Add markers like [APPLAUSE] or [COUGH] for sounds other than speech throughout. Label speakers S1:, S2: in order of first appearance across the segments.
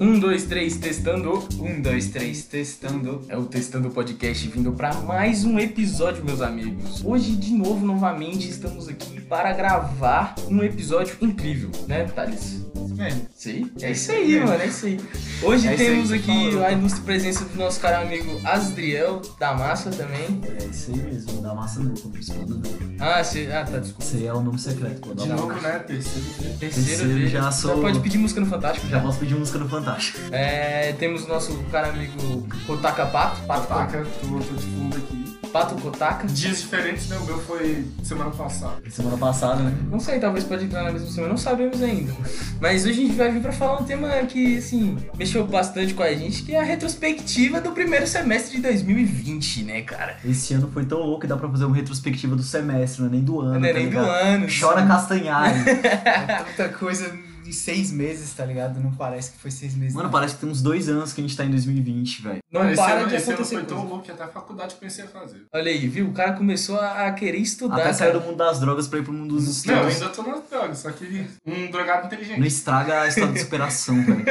S1: Um, dois, três, testando. Um, dois, três, testando. É o Testando Podcast vindo para mais um episódio, meus amigos. Hoje, de novo, novamente, estamos aqui para gravar um episódio incrível, né, Thales?
S2: Velho,
S1: Sim, é isso aí, mano, é isso aí. Hoje
S2: É isso aí,
S1: temos
S2: você
S1: aqui
S2: falou.
S1: a ilustre presença do nosso caro amigo Asdriel, da Massa também.
S3: É isso aí mesmo, da massa não, como eles falam, né?
S1: Ah, você... ah tá, desculpa.
S3: Isso aí é o nome secreto, pô.
S2: de
S3: da-
S2: novo, né? Terceiro dia.
S1: Terceiro
S3: Terceiro,
S1: dele.
S3: já sou-
S1: pode pedir música no Fantástico
S3: Já
S1: já.
S3: posso pedir música no Fantástico.
S1: É, temos nosso cara amigo Kotaka Pato. Pato Kotaka.
S2: Taca, tô, tô de fundo aqui.
S1: Pato Kotaka.
S2: Dias diferentes, né? O meu foi semana passada.
S3: Semana passada, né?
S1: Não sei, talvez pode entrar na mesma semana, não sabemos ainda. Mas hoje a gente vai vir pra falar um tema que, assim, mexeu bastante com a gente, que é a retrospectiva do primeiro semestre de 2020, né, cara?
S3: Esse ano foi tão louco que dá pra fazer uma retrospectiva do semestre, não é nem do ano.
S1: Não é
S3: tá
S1: nem do
S3: ligado?
S1: ano.
S3: Chora Castanhari.
S4: [LAUGHS]
S3: [LAUGHS]
S4: tanta coisa em seis meses, tá ligado? Não parece que foi seis meses.
S3: Mano,
S4: não.
S3: parece que tem uns dois anos que a gente tá em 2020, velho.
S1: assim. Não
S2: Mano, esse
S1: para
S2: ano,
S1: de
S2: esse ano
S1: acontecer
S2: foi tão
S1: coisa.
S2: louco que até a faculdade comecei a fazer.
S1: Olha aí, viu? O cara começou a, a querer estudar.
S3: Até sair
S1: cara.
S3: do mundo das drogas pra ir pro mundo dos
S2: Não, eu
S3: estudos.
S2: ainda tô nas drogas, só que um drogado inteligente.
S3: Não estraga a história de superação, velho.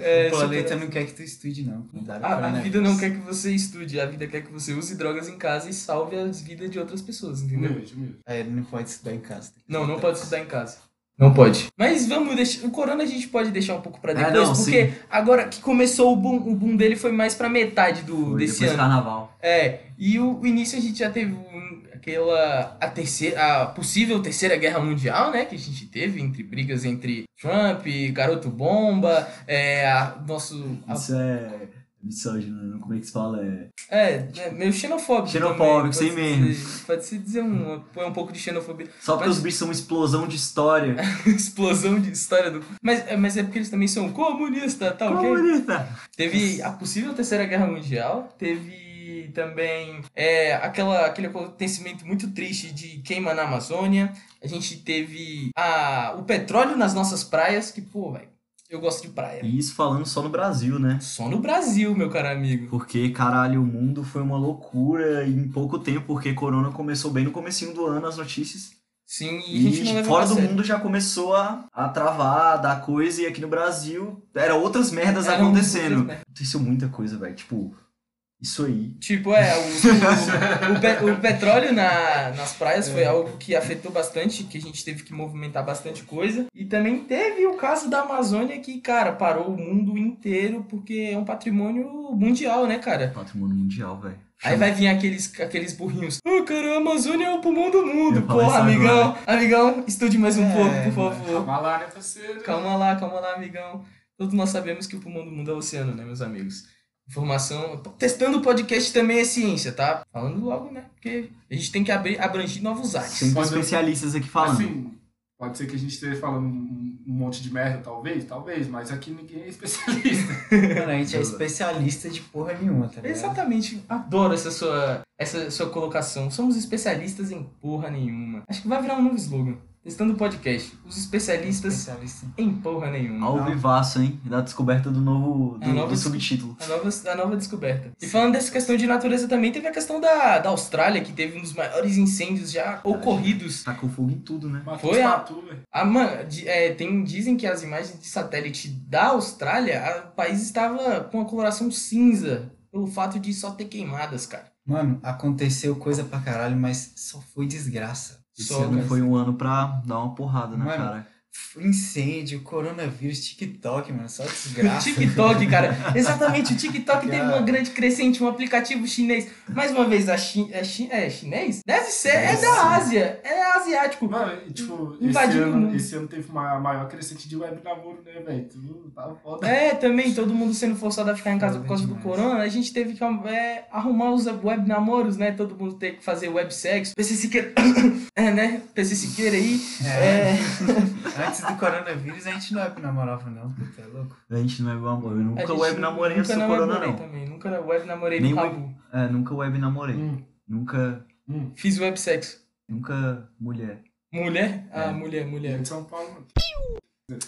S1: É,
S4: o um planeta
S1: supera-
S4: não quer que tu estude, não. Não dá pra
S1: A, a
S4: né?
S1: vida não quer que você estude, a vida quer que você use drogas em casa e salve as vidas de outras pessoas, entendeu?
S2: Humilde, humilde.
S4: É, não pode estudar em casa. tem que
S1: Não, não
S4: estudar.
S1: pode estudar em casa. Não pode. Mas vamos deixar. O Corona a gente pode deixar um pouco pra
S3: É,
S1: depois,
S3: não,
S1: porque agora que começou o boom, o boom dele foi mais pra metade do,
S3: Foi
S1: [LAUGHS] desse
S3: Depois do
S1: ano.
S3: carnaval.
S1: É, e o, o início a gente já teve um- aquela. A, terceira, a possível terceira guerra mundial, né? Que a gente teve entre brigas entre Trump, Garoto Bomba, é, a, nosso. a-
S3: Isso é. Misógino, né? como é que se fala? É...
S1: é, é, meio xenofóbico. também,
S3: Xenofóbico, sim
S1: pode-se
S3: mesmo.
S1: dizer- Pode-se dizer um, põe um pouco de xenofobia.
S3: Só porque
S1: Mas-
S3: os bichos são uma explosão de história.
S1: Explosão de história do. Mas, é- mas é porque eles também são comunistas, tá [LAUGHS] ok?
S3: Comunista!
S1: Teve a possível Terceira Guerra Mundial, teve também é, aquela, aquele acontecimento muito triste de queima na Amazônia, a gente teve a, o petróleo nas nossas praias, que, pô, velho, eu gosto de praia.
S3: E isso falando só no Brasil, né?
S1: Só no Brasil, meu caro amigo.
S3: Porque, caralho, o mundo foi uma loucura em pouco tempo, porque corona começou bem no comecinho do ano as notícias.
S1: Sim, e, a gente não
S3: E
S1: leva
S3: fora
S1: pra
S3: do
S1: sério.
S3: mundo já começou a, a travar, a dar coisa, e aqui no Brasil era outras merdas
S1: Era um-
S3: acontecendo. Aconteceu muita coisa, velho. Tipo, isso aí.
S1: Tipo, é, o, o, o pe- o petróleo na, nas praias
S3: É.
S1: foi algo que afetou bastante, que a gente teve que movimentar bastante coisa. E também teve o caso da Amazônia que, cara, parou o mundo inteiro porque é um patrimônio mundial, né, cara?
S3: é Patrimônio mundial, velho.
S1: Aí vai vir aqueles, aqueles burrinhos. Ah, cara, a Amazônia é o pulmão do mundo,
S3: Eu ia falar isso
S1: porra,
S3: agora.
S1: amigão. Amigão, estude mais um
S4: É,
S1: pouco, por favor.
S2: Calma lá, né, parceiro?
S1: Calma lá, calma lá, amigão. Todos nós sabemos que o pulmão do mundo é o oceano, né, meus amigos? Informação. Testando o podcast também é ciência, tá? Falando logo, né? Porque a gente tem que abrir, abranger novos ares.
S3: Sempre
S2: Pode-
S3: especialistas aqui falando.
S2: Assim, pode ser que a gente esteja falando um, um monte de merda, talvez, talvez, mas aqui ninguém
S1: [LAUGHS]
S2: é especialista.
S4: Mano, a gente é especialista de porra nenhuma, tá ligado?
S1: É Exatamente. Adoro essa sua, essa sua colocação. Somos especialistas em porra nenhuma. Acho que vai virar um novo slogan. Testando o podcast. Os especialistas
S4: Especialista.
S1: em porra nenhuma.
S3: Ao vivaço, hein? Da descoberta do novo,
S1: É,
S3: do,
S1: nova
S3: do
S1: des-
S3: subtítulo.
S1: A nova, a nova descoberta. E falando dessa questão de natureza também, teve a questão da, da Austrália, que teve um dos maiores incêndios já ocorridos
S3: Tacou fogo em tudo, né?
S2: Matou
S1: Foi a-
S2: tatu, velho.
S1: Ah, mano, di- é, tem, dizem que as imagens de satélite da Austrália, a- o país estava com a coloração cinza, pelo fato de só ter queimadas, cara.
S4: Mano, aconteceu coisa pra caralho, mas só foi desgraça.
S3: Esse
S1: Só,
S3: ano
S1: cara.
S3: foi um ano pra dar uma porrada na
S4: Mano,
S3: cara.
S4: Foi Incêndio, coronavírus, TikTok, mano. Só [LAUGHS] desgraça.
S1: TikTok, cara. Exatamente, o TikTok teve
S4: Cara.
S1: uma grande crescente, um aplicativo chinês. Mais uma vez, a Chi, é, chi- é chinês? Deve ser, é
S4: Deve
S1: da
S4: ser.
S1: Ásia, é asiático.
S2: Mano, e, tipo, esse
S1: Invadiu o
S2: ano,
S1: mundo.
S2: esse ano teve uma maior crescente de web namoro, né, velho? Tu tava foda.
S1: É, também, todo mundo sendo forçado a ficar em casa por
S4: Foda
S1: causa do
S4: demais.
S1: corona, a gente teve que é, arrumar os web namoros, né? Todo mundo teve que fazer web sexo. PC Siqueira, [COUGHS] é, né? PC Siqueira aí.
S4: É,
S1: É,
S4: [LAUGHS] Antes do coronavírus, a gente não é que namorava, não. Puta, é louco.
S3: A gente não é web namoro. Eu
S1: A
S3: nunca
S1: gente
S3: web namorei
S1: nunca
S3: antes do corona,
S1: namorei tá?
S3: não.
S1: Também. Nunca web namorei
S3: Nem
S1: do
S3: web-
S1: Rabu.
S3: É, nunca web namorei.
S2: Hum,
S3: Nunca,
S2: hum.
S1: Fiz web sexo.
S3: nunca mulher.
S1: Mulher? Ah,
S3: É.
S1: mulher,
S2: E é
S1: mulher.
S2: de São Paulo, mano.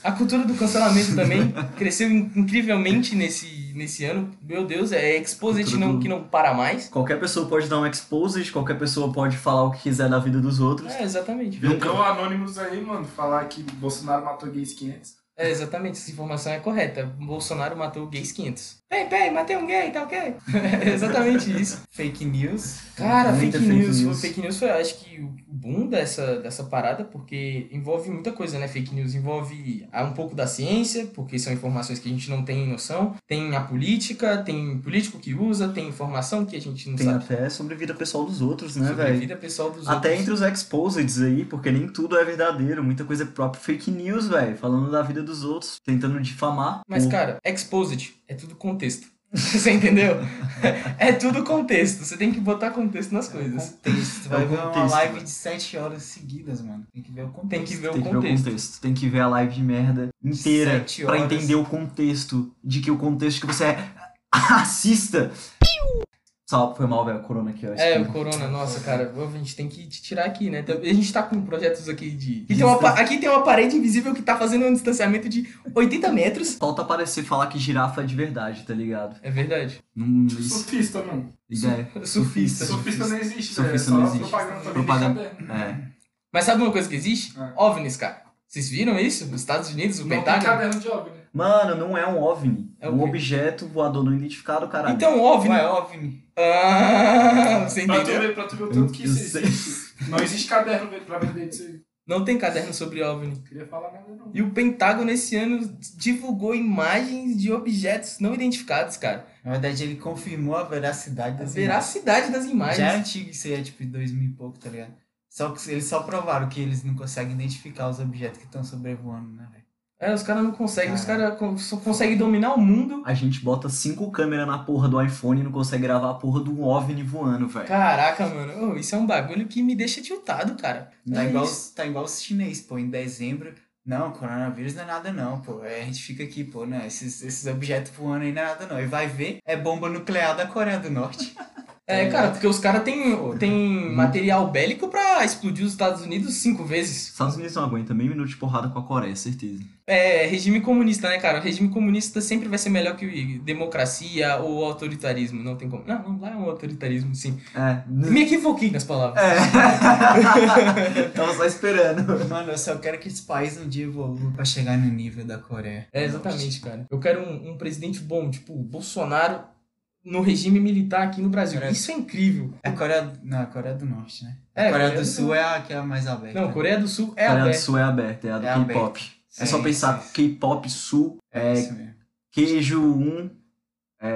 S1: A cultura do cancelamento
S3: [LAUGHS]
S1: também cresceu in- incrivelmente nesse, nesse ano. Meu Deus, é exposit
S3: Cultura
S1: não,
S3: do-
S1: que não para mais.
S3: Qualquer pessoa pode dar um expose, qualquer pessoa pode falar o que quiser da vida dos outros.
S1: É, exatamente.
S3: Nunca.
S2: Então, anônimos aí, mano, falar que Bolsonaro matou gays 500.
S1: É, exatamente, essa informação é correta. Bolsonaro matou gays 500. Pei, pei, matei um gay, tá ok? [LAUGHS] É exatamente isso.
S4: Fake news.
S1: Cara,
S3: Muita
S1: fake,
S3: fake
S1: news.
S3: news.
S1: Fake news foi, acho que, o boom dessa, dessa parada, porque envolve muita coisa, né? Fake news envolve ah, um pouco da ciência, porque são informações que a gente não tem noção. Tem a política, tem político que usa, tem informação que a gente não
S3: Tem
S1: sabe.
S3: até sobre vida pessoal dos outros, né,
S1: sobre a
S3: velho?
S1: vida pessoal dos
S3: Até
S1: outros.
S3: entre os exposeds aí, porque nem tudo é verdadeiro, muita coisa é própria fake news, velho. Falando da vida dos outros, tentando difamar.
S1: Mas,
S3: Ou-
S1: cara, exposed é tudo contexto. [LAUGHS] Você entendeu? é tudo contexto. Você tem que botar contexto nas coisas.
S4: Contexto. Vai
S3: É o
S4: ver uma
S3: contexto,
S4: live
S3: né?
S4: de 7 horas seguidas, mano. Tem que ver o contexto.
S1: Tem que ver o
S3: Tem que ver o
S1: contexto.
S3: contexto. Tem que ver a live de merda inteira
S4: Sete
S3: pra
S4: horas.
S3: entender o contexto de que o contexto que você é [LAUGHS] racista. Salve, foi mal, velho. Corona aqui, ó.
S1: É,
S3: Desculpa.
S1: o Corona, nossa, cara, a gente tem que te tirar aqui, né? Tam- A gente tá com projetos aqui de. Aqui tem, uma, pa- aqui tem uma parede invisível que tá fazendo um distanciamento de 80 metros.
S3: Falta aparecer falar que girafa é de verdade, tá ligado?
S1: É verdade.
S3: Não, isso,
S2: Surfista, mano.
S3: ideia.
S1: [LAUGHS]
S3: é
S1: Surfista.
S2: Surfista não existe, velho.
S3: Surfista
S2: é
S3: não
S2: só
S3: existe.
S2: Propaganda pra
S3: Propaganda.
S2: vender caderno.
S3: É.
S1: Mas sabe uma coisa que existe?
S2: É.
S1: OVNIs, cara. Vocês viram isso? Os Estados Unidos, o
S2: Não tem
S1: Pentágono?
S2: caderno de OVNI.
S3: Mano, não é um OVNI.
S1: É
S3: É
S1: o
S3: um
S1: quê?
S3: objeto voador não identificado, caralho.
S1: Então, OVNI.
S4: Ué,
S1: [LAUGHS]
S4: OVNI.
S1: Ah, você
S2: né? Pra tu,
S1: entendeu?
S2: ver, pra tu ver o tanto que
S3: Eu
S2: isso
S3: sei.
S2: existe. Não existe caderno velho, pra vender disso aí.
S1: Não tem caderno sobre OVNI.
S2: Não queria falar nada, não.
S1: E o Pentágono esse ano divulgou imagens de objetos não identificados, cara.
S4: Na verdade, ele confirmou a veracidade
S1: A
S4: das
S1: veracidade das
S4: imagens. Já era
S1: imagens.
S4: antigo isso aí, é tipo 2000 e pouco, tá ligado? Só que eles só provaram que eles não conseguem identificar os objetos que estão sobrevoando, né, velho?
S1: É, os caras não conseguem, os caras con- só conseguem dominar o mundo.
S3: [LAUGHS] A gente bota cinco câmeras na porra do iPhone e não consegue gravar a porra do OVNI voando, velho.
S1: Caraca, mano, ô, isso é um bagulho que me deixa tiltado, cara.
S4: Tá,
S1: É
S4: igual
S1: isso.
S4: os- tá igual os chineses, pô, em dezembro. Não, coronavírus não é nada não, pô. É, a gente fica aqui, pô, não, esses, esses objetos voando aí não é nada não. E vai ver, é bomba nuclear da Coreia do Norte.
S1: É, cara,
S4: né?
S1: porque os caras têm tem material bélico pra explodir os Estados Unidos cinco vezes.
S3: Estados Unidos não aguenta meio minuto de porrada com a Coreia, certeza.
S1: É, regime comunista, né, cara? O regime comunista sempre vai ser melhor que democracia ou autoritarismo. Não tem como. Não, não lá é um autoritarismo, sim.
S3: É.
S1: Me equivoquei nas palavras.
S3: É. Tava só esperando.
S4: Mano, eu só quero que esse país um dia evolua pra chegar no nível da Coreia.
S1: É, exatamente, cara. Eu quero um, um presidente bom, tipo, o Bolsonaro no regime militar aqui no Brasil.
S4: Cara,
S1: Isso é incrível.
S4: A Coreia. Não, a Coreia do Norte, né?
S1: É,
S4: a Coreia,
S1: Coreia
S4: do
S1: do
S4: Sul é a que é a mais aberta.
S1: Não, Coreia do Sul é
S3: a Coreia do
S1: aberta.
S3: Sul é aberta, é a do
S4: É
S3: K-pop. É
S4: Sim,
S3: só pensar
S4: sim.
S3: K-pop sul,
S4: É
S3: é
S4: isso mesmo.
S3: queijo 1,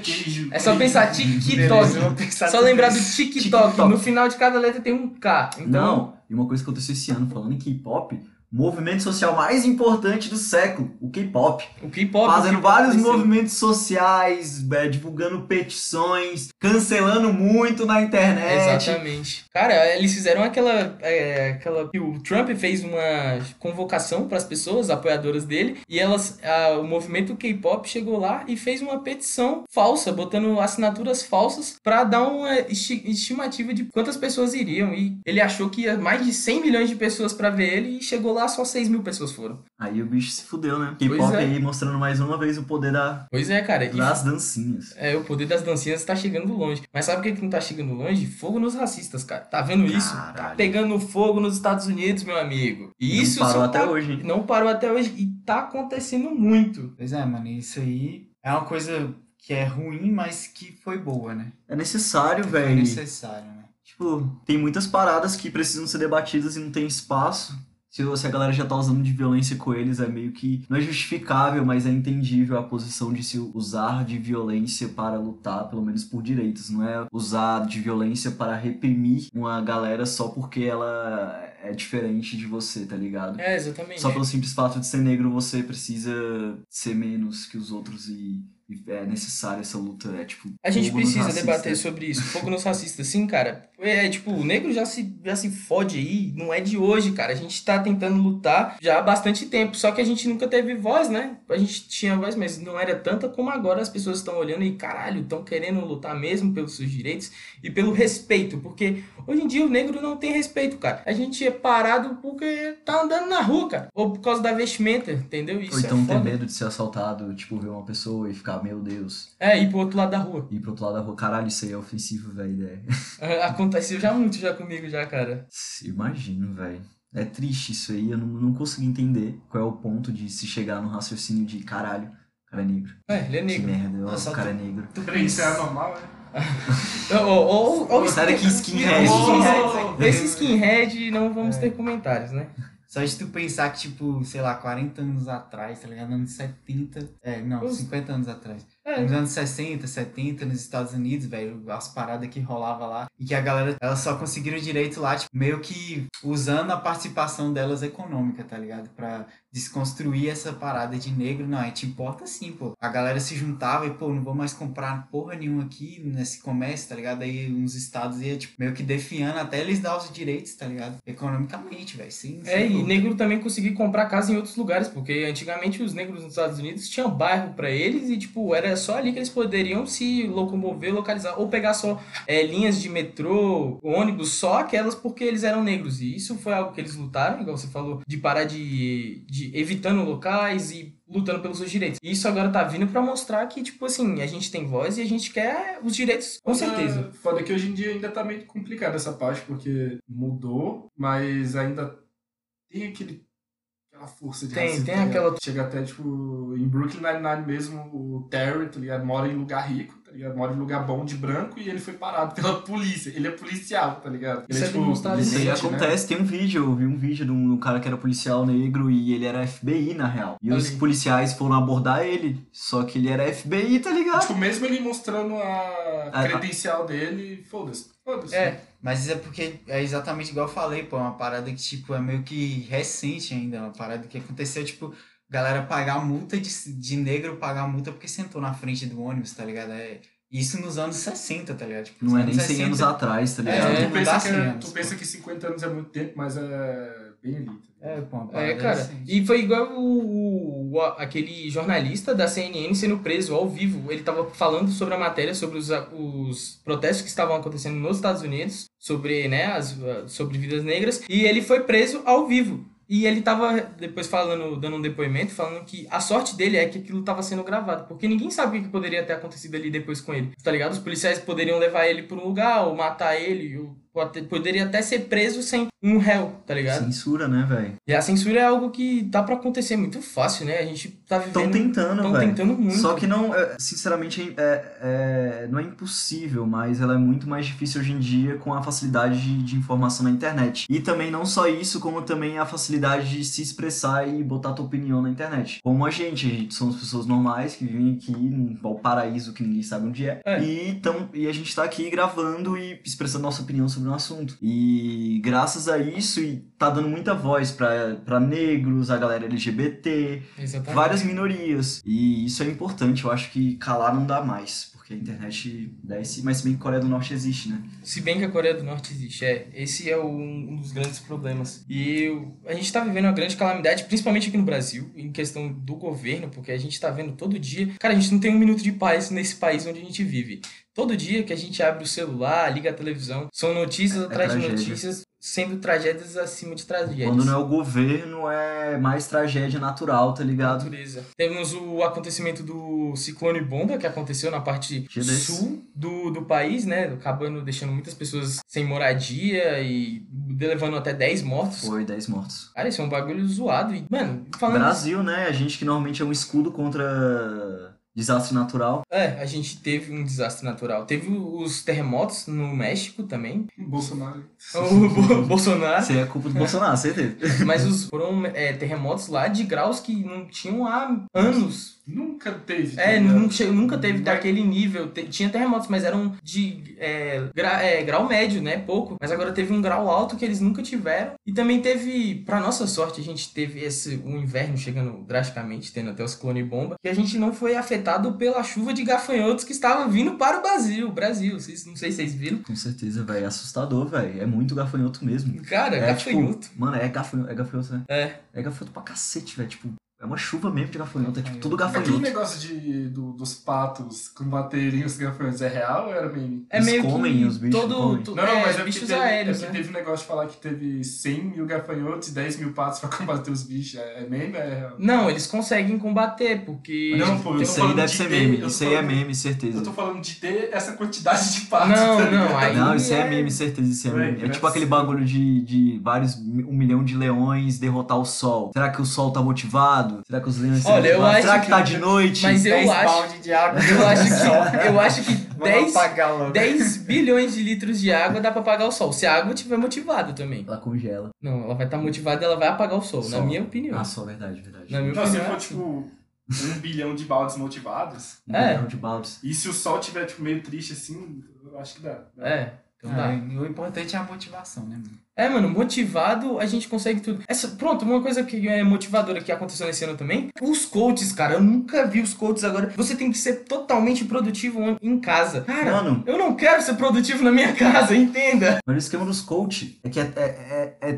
S2: Queijo. [LAUGHS]
S1: É só pensar
S4: Beleza, eu
S1: TikTok.
S4: vou pensar
S1: Só
S4: tudo
S1: lembrar do
S4: isso.
S1: TikTok.
S3: TikTok.
S1: No final de cada letra tem um K. Então,
S3: Não, e uma coisa que aconteceu esse ano, falando em K-pop, movimento social mais importante do século, o K-pop.
S1: o K-pop. o
S3: Fazendo
S1: K-pop
S3: vários
S1: cresceu.
S3: movimentos sociais, é, divulgando petições, cancelando muito na internet.
S1: Exatamente. Cara, eles fizeram aquela, é, aquela. que O Trump fez uma convocação para as pessoas apoiadoras dele e elas, ah, o movimento K-pop chegou lá e fez uma petição falsa, botando assinaturas falsas para dar uma esti- estimativa de quantas pessoas iriam. E ele achou que ia mais de 100 milhões de pessoas para ver ele e chegou lá só 6 mil pessoas foram.
S3: Aí o bicho se fudeu, né? K-pop
S1: é.
S3: aí mostrando mais uma vez o poder da-
S1: Pois é, cara. E
S3: das dancinhas.
S1: É, o poder das dancinhas tá chegando longe. Mas sabe o que, que não tá chegando longe? Fogo nos racistas, cara. Tá vendo isso? Tá
S3: Caralho.
S1: pegando fogo nos Estados Unidos, meu amigo. E
S3: Não
S1: isso
S3: parou
S1: só
S3: até
S1: tá-
S3: hoje, hein?
S1: Não parou até hoje. E tá acontecendo muito.
S4: Pois é, mano, isso aí é uma coisa que é ruim, mas que foi boa, né?
S3: É necessário,
S4: Foi
S3: velho.
S4: necessário, né?
S3: Tipo, tem muitas paradas que precisam ser debatidas e não tem espaço. Se se a galera já tá usando de violência com eles, é meio que. Não é justificável, mas é entendível a posição de se usar de violência para lutar, pelo menos por direitos. Não é usar de violência para reprimir uma galera só porque ela é diferente de você, tá ligado?
S1: É, exatamente.
S3: Só pelo simples fato de ser negro, você precisa ser menos que os outros e, e é necessária essa luta. É tipo.
S1: A gente
S3: fogo nos
S1: precisa
S3: racistas.
S1: debater sobre isso. Fogo nos racistas, sim, cara. É, tipo, o negro já se, já se fode aí, não é de hoje, cara. A gente tá tentando lutar já há bastante tempo. Só que a gente nunca teve voz, né? A gente tinha voz, mas não era tanta como agora as pessoas estão olhando e, caralho, estão querendo lutar mesmo pelos seus direitos e pelo respeito. Porque hoje em dia o negro não tem respeito, cara. A gente é parado porque tá andando na rua, cara. Ou por causa da vestimenta, entendeu? Isso
S3: Ou então
S1: é
S3: ter
S1: foda.
S3: medo de ser assaltado, tipo, ver uma pessoa e ficar, meu Deus,
S1: É, ir pro outro lado da rua. [LAUGHS]
S3: e ir pro outro lado da rua, caralho, isso aí é ofensivo, velho. É.
S1: Aconteceu já muito já comigo, já, cara.
S3: [LAUGHS] Imagino, velho. É triste isso aí, eu não, não consigo entender qual é o ponto de se chegar no raciocínio de caralho, cara é negro.
S1: É, ele é
S3: Que
S1: negro. tá
S3: merda, eu
S4: Nossa,
S3: acho o cara é negro.
S2: Peraí, isso é anormal, né?
S1: Ou, ou, ou,
S3: Cara, que
S1: É,
S3: skinhead.
S1: Esse- Esse skinhead não vamos ter comentários, né?
S4: Só de tu pensar que, tipo, sei lá, 40 anos atrás, tá ligado? Anos 70. É, não,
S1: Os-
S4: 50 anos atrás.
S1: É.
S4: Nos anos 60, 70, nos Estados Unidos, velho, as paradas que rolava lá. E que a galera, elas só conseguiram direito lá, tipo, meio que usando a participação delas econômica, tá ligado? Pra desconstruir essa parada de negro. Não, a gente importa sim, pô. A galera se juntava e, pô, não vou mais comprar porra nenhuma aqui nesse comércio, tá ligado? Aí uns estados ia, tipo, meio que defiando até eles dar os direitos, tá ligado? Economicamente, velho. Sim,
S1: É, e
S4: sim.
S1: negro também conseguiu comprar casa em outros lugares, porque antigamente os negros nos Estados Unidos tinham bairro pra eles e, tipo, era só ali que eles poderiam se locomover, localizar, ou pegar só é, linhas de metrô, ônibus, só aquelas porque eles eram negros. E isso foi algo que eles lutaram, igual você falou, de parar de, de evitando locais e lutando pelos seus direitos. E isso agora tá vindo pra mostrar que, tipo assim, a gente tem voz e a gente quer os direitos, com certeza.
S2: É, Foda que hoje em dia ainda tá meio complicada essa parte, porque mudou, mas ainda tem aquele, aquela força de
S1: Tem,
S2: racismo,
S1: tem
S2: tá ligado?
S1: aquela-
S2: Chega até, tipo, em Brooklyn Nine-Nine mesmo, o Terry, tá ligado? Mora em lugar rico, tá ligado? Mora em lugar bom de branco e ele foi parado pela [LAUGHS] polícia. Ele é policial, tá ligado? Ele
S1: Isso é
S2: é, tipo,
S1: demonstrado.
S3: Isso aí
S2: mente, né?
S3: acontece, tem um vídeo, eu vi um vídeo de um, de um cara que era policial negro e ele era FBI, na real. E os
S1: Olha aí.
S3: policiais foram abordar ele, só que ele era FBI, tá ligado?
S2: Tipo, mesmo ele mostrando
S3: Ah,
S2: a
S3: ah.
S2: credencial dele, foda-se. Foda-se.
S1: É.
S4: Mas isso é porque é exatamente igual eu falei, pô, é uma parada que, tipo, é meio que recente ainda, é uma parada que aconteceu, tipo, galera pagar multa de, de negro pagar multa porque sentou na frente do ônibus, tá ligado? É, isso nos anos 60, tá ligado? Tipo,
S3: Não
S4: nos
S3: é nem 100 anos atrás, tá
S2: É,
S3: ligado?
S1: É,
S2: tu,
S4: não dá
S2: pensa que,
S4: 100 anos,
S2: tu
S4: pô.
S2: pensa que 50 anos é muito tempo, mas é bem ali. tá ligado?
S4: É, pô, uma parada
S1: É, cara,
S4: recente.
S1: e foi igual o, o- a- aquele jornalista da CNN sendo preso ao vivo. Ele tava falando sobre a matéria, sobre os, a- os protestos que estavam acontecendo nos Estados Unidos, sobre, né, as, a- sobre vidas negras, e ele foi preso ao vivo. E ele tava depois falando, dando um depoimento, falando que a sorte dele é que aquilo tava sendo gravado, porque ninguém sabia o que poderia ter acontecido ali depois com ele, tá ligado? Os policiais poderiam levar ele pra um lugar, ou matar ele, ou, ou até- poderia até ser preso sem um réu, tá ligado?
S3: Censura, né, velho?
S1: E a censura é algo que dá pra acontecer muito fácil, né? A gente tá
S3: Estão
S1: vivendo.
S3: tentando,
S1: tão
S3: velho.
S1: tentando muito.
S3: Só que não, é, sinceramente, é, é- não é impossível, mas ela é muito mais difícil hoje em dia com a facilidade de, de informação na internet. E também não só isso, como também a facilidade de se expressar e botar tua opinião na internet. Como a gente, a gente somos pessoas normais que vivem aqui num paraíso que ninguém sabe onde é.
S1: É.
S3: E, tão, e a gente tá aqui gravando e expressando nossa opinião sobre um assunto. E graças a isso, e tá dando muita voz pra, pra negros, a galera LGBT,
S1: Exatamente.
S3: várias minorias. E isso é importante, eu acho que calar não dá mais, porque a internet dá esse. Mas se bem que Coreia do Norte existe, né?
S1: Se bem que a Coreia do Norte existe, é. Esse é um um dos grandes problemas. E o- a gente tá vivendo uma grande calamidade, principalmente aqui no Brasil, em questão do governo, porque a gente tá vendo todo dia. Cara, a gente não tem um minuto de paz nesse país onde a gente vive. Todo dia que a gente abre o celular, liga a televisão, são notícias atrás de
S3: É tragédia.
S1: notícias, sendo tragédias acima de tragédias.
S3: Quando não é o governo, é mais tragédia natural, tá ligado?
S1: natureza. Temos o acontecimento do ciclone bomba que aconteceu na parte
S3: Dia desse.
S1: sul do, do país, né? Acabando deixando muitas pessoas sem moradia e levando até 10 mortos.
S3: Foi 10 mortos.
S1: Cara, isso é um bagulho zoado. E, mano, falando.
S3: Brasil, né? A gente que normalmente é um escudo contra desastre natural.
S1: É, a gente teve um desastre natural. Teve os terremotos no México também.
S2: Bolsonaro.
S1: O Bo- [LAUGHS] Bolsonaro.
S3: Isso aí é culpa do Bolsonaro, certeza.
S1: Mas os, foram é, terremotos lá de graus que não tinham há anos.
S2: Nunca teve.
S1: É,
S2: tá ligado?
S1: não che- nunca teve daquele nível. Te- tinha terremotos, mas eram de é, gra- é, grau médio, né? Pouco. Mas agora teve um grau alto que eles nunca tiveram. E também teve, pra nossa sorte, a gente teve esse um inverno chegando drasticamente, tendo até os clone bomba, que a gente não foi afetado pela chuva de gafanhotos que estava vindo para o Brasil. Brasil, vocês, não sei se vocês viram.
S3: Com certeza, velho. É assustador, velho. É muito gafanhoto mesmo.
S1: Cara,
S3: É,
S1: gafanhoto.
S3: Tipo, mano, é gafanhoto, é gafanhoto, né?
S1: É.
S3: É gafanhoto pra cacete, velho. Tipo, é É uma chuva mesmo de gafanhoto, é tipo tudo
S2: Aquele
S3: gafanhoto.
S2: negócio de, do- dos patos combaterem os gafanhotos é real ou era meme?
S1: É meio
S3: comem,
S1: que
S3: os bichos
S1: todo,
S3: comem.
S1: to-
S2: Não, não,
S1: é,
S2: mas é porque,
S1: bichos
S2: teve, é
S1: aéreos,
S2: porque
S1: né?
S2: teve um negócio de falar que teve 100 mil gafanhotos e 10 mil patos pra combater os bichos. É, é meme? É real?
S1: Não, eles conseguem combater, porque...
S2: Não, pô, eu tô
S3: Isso aí
S2: falando
S3: deve
S2: de
S3: ser
S2: ter- eu
S3: meme,
S2: tô
S3: isso aí é
S2: falando-
S3: meme,
S2: Eu
S3: certeza.
S2: tô falando de ter essa quantidade de patos.
S1: Não,
S2: tá ligado?
S1: não, aí-
S3: Não, isso
S1: é-
S3: é meme, certeza, isso é
S2: Ué,
S3: meme. É
S2: não é
S3: tipo aquele
S2: possível.
S3: bagulho de, de vários, um milhão de leões derrotar o sol. Será que o sol tá motivado? Será que os leões estão
S1: Olha, eu
S3: motivados?
S1: acho
S3: Será que,
S1: que-
S3: tá de noite?
S1: Mas eu
S4: 10
S1: acho,
S4: balde
S1: [LAUGHS]
S4: de água.
S1: eu acho que, eu acho que
S4: Vamos
S1: 10,
S4: apagar logo.
S1: 10 bilhões de litros de água dá pra apagar o sol. Se a água tiver motivada também.
S3: Ela congela.
S1: Não, ela vai estar motivada e ela vai apagar o sol,
S3: Sol.
S1: na minha opinião.
S3: Ah, sol, verdade, verdade.
S1: Na minha
S2: Não, se
S1: opinião. é
S2: for,
S1: assim.
S2: tipo, um bilhão de baldes motivados,
S3: Um
S1: É.
S3: milhão de baldes.
S2: e se o sol tiver, tipo, meio triste assim, eu acho que dá. né?
S1: É, então dá.
S4: Ah, o importante é a motivação, né, mano?
S1: É, mano, motivado a gente consegue tudo. Essa, pronto, uma coisa que é motivadora que aconteceu nesse ano também. Os coaches, cara. Eu nunca vi os coaches agora. Você tem que ser totalmente produtivo em casa. Cara,
S3: Mano,
S1: eu não quero ser produtivo na minha [LAUGHS] casa, entenda.
S3: Mas o esquema dos coach é que é, é, é, é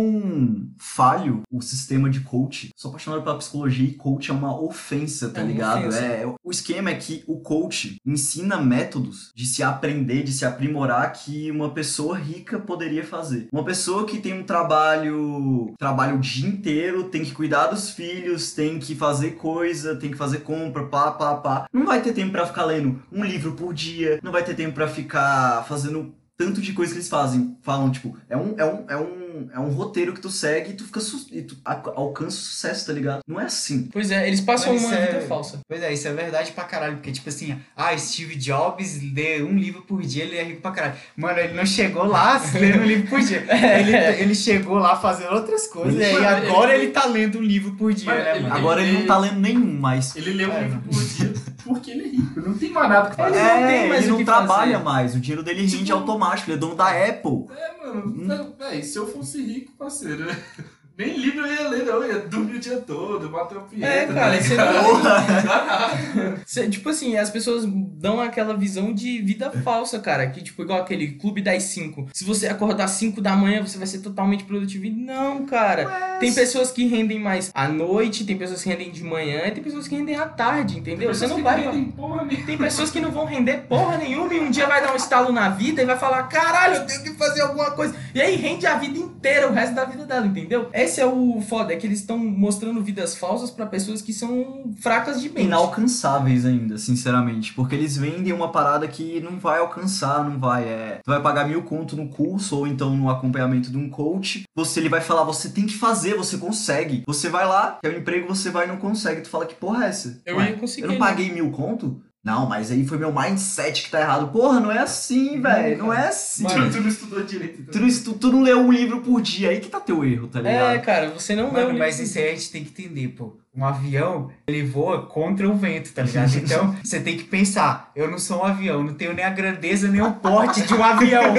S3: tão falho o sistema de coach. Sou apaixonado pela psicologia e coach é uma ofensa, tá
S1: É uma
S3: ligado?
S1: ofensa.
S3: É, o esquema é que o coach ensina métodos de se aprender, de se aprimorar que uma pessoa rica poderia fazer. Uma pessoa que tem um trabalho, trabalha o dia inteiro, tem que cuidar dos filhos, tem que fazer coisa, tem que fazer compra, pá, pá, pá. Não vai ter tempo pra ficar lendo um livro por dia, não vai ter tempo pra ficar fazendo tanto de coisa que eles fazem, falam, tipo, é um, é um, é um, é um roteiro que tu segue e tu fica su- e tu a- alcança o sucesso, tá ligado? Não é assim.
S1: Pois é, eles passam
S4: Mas
S1: uma
S4: isso é-
S1: vida falsa.
S4: Pois é, isso é verdade pra caralho, porque tipo assim, ah, Steve Jobs lê um livro por dia, ele é rico pra caralho. Mano, ele não chegou lá lendo um livro por dia. Ele, ele chegou lá fazendo outras coisas,
S3: Ele-
S4: e
S2: Mano,
S4: agora ele...
S2: ele-
S4: tá lendo um livro por dia,
S2: Mano,
S4: né,
S2: ele-
S4: mano?
S3: Agora ele não tá lendo nenhum, mas.
S2: Ele lê um
S4: É.
S2: livro por dia porque ele é rico. Não tem mais nada que
S1: Ele
S2: fazer.
S1: não tem mais
S3: ele
S1: o
S3: não
S1: que
S3: trabalha
S1: fazer. Então-
S3: mais. O dinheiro dele rende
S2: Tipo-
S3: automático, ele é dono da Apple.
S2: É,
S1: Hum?
S2: mano, véi, se eu fosse rico, parceiro, né? [LAUGHS] nem livro eu ia ler, não. Eu ia dormir o dia todo, bater uma punheta.
S1: É, cara,
S4: né?
S2: tá
S1: isso é
S2: ligado? [LAUGHS]
S4: [LAUGHS]
S1: né? Cê- Tipo assim, as pessoas dão aquela visão de vida
S2: É.
S1: falsa, cara. Que, tipo, igual aquele clube das 5. Se você acordar 5 da manhã, você vai ser totalmente produtivo. E não, cara. Tem pessoas que rendem mais à noite, tem pessoas que rendem de manhã, e tem pessoas que rendem à tarde, entendeu? Você
S2: Pessoas
S1: não
S2: que
S1: vai.
S2: entendem porra nenhuma.
S1: Tem pessoas que não vão render porra nenhuma e um dia vai dar um estalo na vida e vai falar: caralho, eu tenho que fazer alguma coisa. E aí rende a vida inteira, o resto da vida dela, entendeu? Esse é o foda, é que eles estão mostrando vidas falsas pra pessoas que são fracas de mente.
S3: Inalcançáveis ainda, sinceramente. Porque eles vendem uma parada que não vai alcançar, não vai. É. Tu vai pagar mil conto no curso ou então no acompanhamento de um coach. Você ele vai falar, você tem que fazer, você consegue. Você vai lá, quer um emprego, você vai e não consegue. Tu fala, que porra é essa?
S1: Eu
S3: Ué,
S1: ia conseguir.
S3: Eu não
S1: né?
S3: paguei mil conto? Não, mas aí foi meu mindset que tá errado. Porra, não é assim, velho. Não é assim.
S2: Mano, tu não estudou direito. então.
S3: Tu, não, estu- tu não leu um livro por dia, aí que tá teu erro, tá
S1: É,
S3: ligado?
S1: cara, você não leu
S4: Mano,
S1: o
S4: mas
S1: livro.
S4: isso aí a gente tem que entender, pô. Um avião, ele voa contra o vento, tá ligado? Então, você tem que pensar, eu não sou um avião, não tenho nem a grandeza, nem o porte de um avião.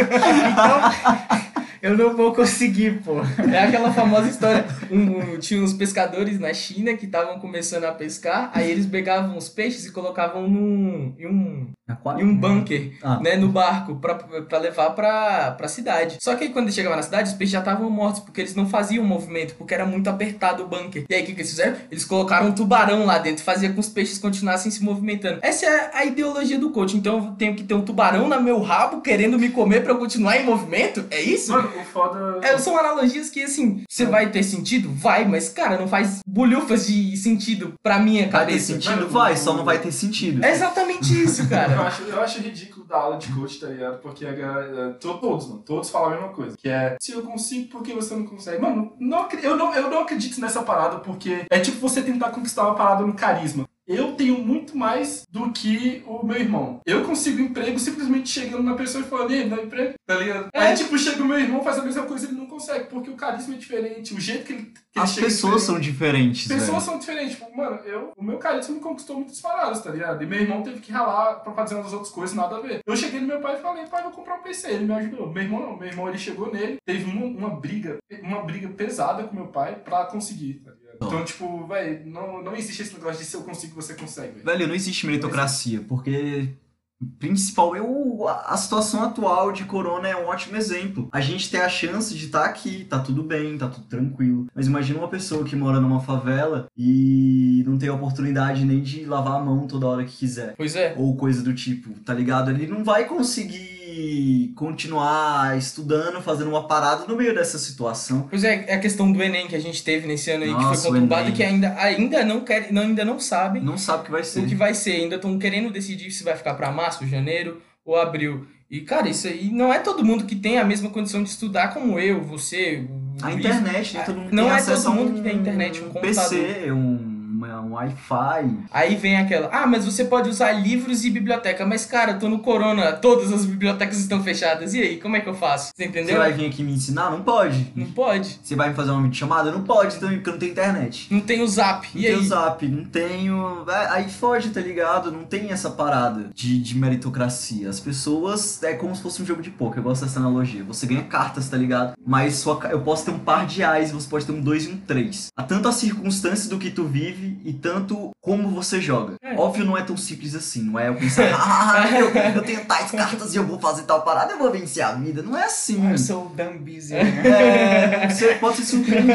S4: Então, eu não vou conseguir, pô.
S1: É aquela famosa história. Um, um- tinha uns pescadores na China que estavam começando a pescar, aí eles pegavam os peixes e colocavam num, em, um, em
S3: Aquário?
S1: um bunker,
S3: Ah.
S1: né, no barco, pra, pra levar pra, pra cidade. Só que aí quando eles chegavam na cidade, os peixes já estavam mortos, porque eles não faziam movimento, porque era muito apertado o bunker. E aí o que, que eles fizeram? Eles colocaram um tubarão lá dentro, fazia com que os peixes continuassem se movimentando. Essa é a ideologia do coach. Então eu tenho que ter um tubarão no meu rabo querendo me comer pra eu continuar em movimento? É isso?
S2: Mano, o foda.
S1: É, são analogias que, assim, você vai ter sentido? Vai, mas, cara, não faz bolhufas de sentido pra minha
S3: Vai ter
S1: cabeça.
S3: sentido? Vai, só não vai ter sentido.
S1: É exatamente isso,
S3: [LAUGHS]
S2: Eu
S1: cara.
S2: acho, eu acho ridículo da aula de coach, tá ligado? Porque a galera, é, to- todos, mano, todos falam a mesma coisa. Que é, se eu consigo, por que você não consegue? Mano, não, acre- eu, não, eu não acredito nessa parada, porque é tipo você tentar conquistar uma parada no carisma. Eu tenho muito mais do que o meu irmão. Eu consigo emprego simplesmente chegando na pessoa e falando, ei, me dá emprego, tá ligado?
S3: É.
S2: Aí, tipo, chega o meu irmão, faz a mesma coisa, ele não consegue, porque o carisma é diferente, o jeito que ele, que ele
S3: As
S2: chega é
S3: pessoas
S2: diferente.
S3: são diferentes, né? velho.
S2: Pessoas são diferentes. Tipo, mano, eu, o meu carisma me conquistou muitas paradas, tá ligado? E meu irmão teve que ralar pra fazer umas outras coisas, nada a ver. Eu cheguei no meu pai e falei, pai, vou comprar um PC. Ele me ajudou. Meu irmão não. Meu irmão, ele chegou nele. Teve uma, uma briga, uma briga pesada com meu pai pra conseguir, tá ligado?
S3: Bom.
S2: Então, tipo, velho, não, não existe esse negócio de se eu consigo, você consegue, velho.
S3: Velho, não existe meritocracia, porque principal. Eu, a a situação atual de corona é um ótimo exemplo. A gente tem a chance de estar aqui, tá tudo bem, tá tudo tranquilo. Mas imagina uma pessoa que mora numa favela e não tem a oportunidade nem de lavar a mão toda hora que quiser.
S1: Pois é.
S3: Ou coisa do tipo, tá ligado? Ele não vai conseguir continuar estudando, fazendo uma parada no meio dessa situação.
S1: Pois é, é a questão do Enem que a gente teve nesse ano aí, que
S3: Nossa,
S1: foi
S3: o
S1: conturbado e
S3: Enem.
S1: que ainda, ainda não quer, não, ainda não sabem
S3: Não sabe o que vai ser.
S1: o que vai ser. Ainda estão querendo decidir se vai ficar pra março, janeiro ou abril. E, cara, isso aí não é todo mundo que tem a mesma condição de estudar como eu, você, o
S3: A
S1: Luiz.
S3: internet, né? Todo mundo
S1: Não
S3: tem
S1: é
S3: acesso
S1: todo
S3: a
S1: mundo que tem internet, um
S3: PC, um, uma- um Wi-Fi.
S1: Aí vem aquela, ah, mas você pode usar livros e biblioteca. Mas, cara, eu tô no corona, todas as bibliotecas estão fechadas. E aí, como é que eu faço? Você
S3: Você
S1: entendeu? Uhum.
S3: vai vir aqui me ensinar? Não pode.
S1: Não pode.
S3: Você vai me fazer uma videochamada? Não pode também, porque eu não tenho internet.
S1: Não tem o zap.
S3: Não
S1: e
S3: tenho
S1: aí?
S3: zap, não tenho. é, Aí foge, tá ligado? Não tem essa parada de, de meritocracia. As pessoas. É como se fosse um jogo de poker, eu gosto dessa analogia. Você ganha cartas, tá ligado? Mas sua, ca- eu posso ter um par de ais, você pode ter um 2 e um 3. Há tanto a circunstância do que tu vive e tanto como você joga.
S1: É.
S3: Óbvio, não é tão simples assim, não é eu pensar, ah, eu, eu tenho tais cartas e eu vou fazer tal parada, eu vou vencer a vida. Não é assim.
S4: Eu sou o Dumbizinho.
S3: É, você pode ser
S1: [LAUGHS]
S3: surpreendido.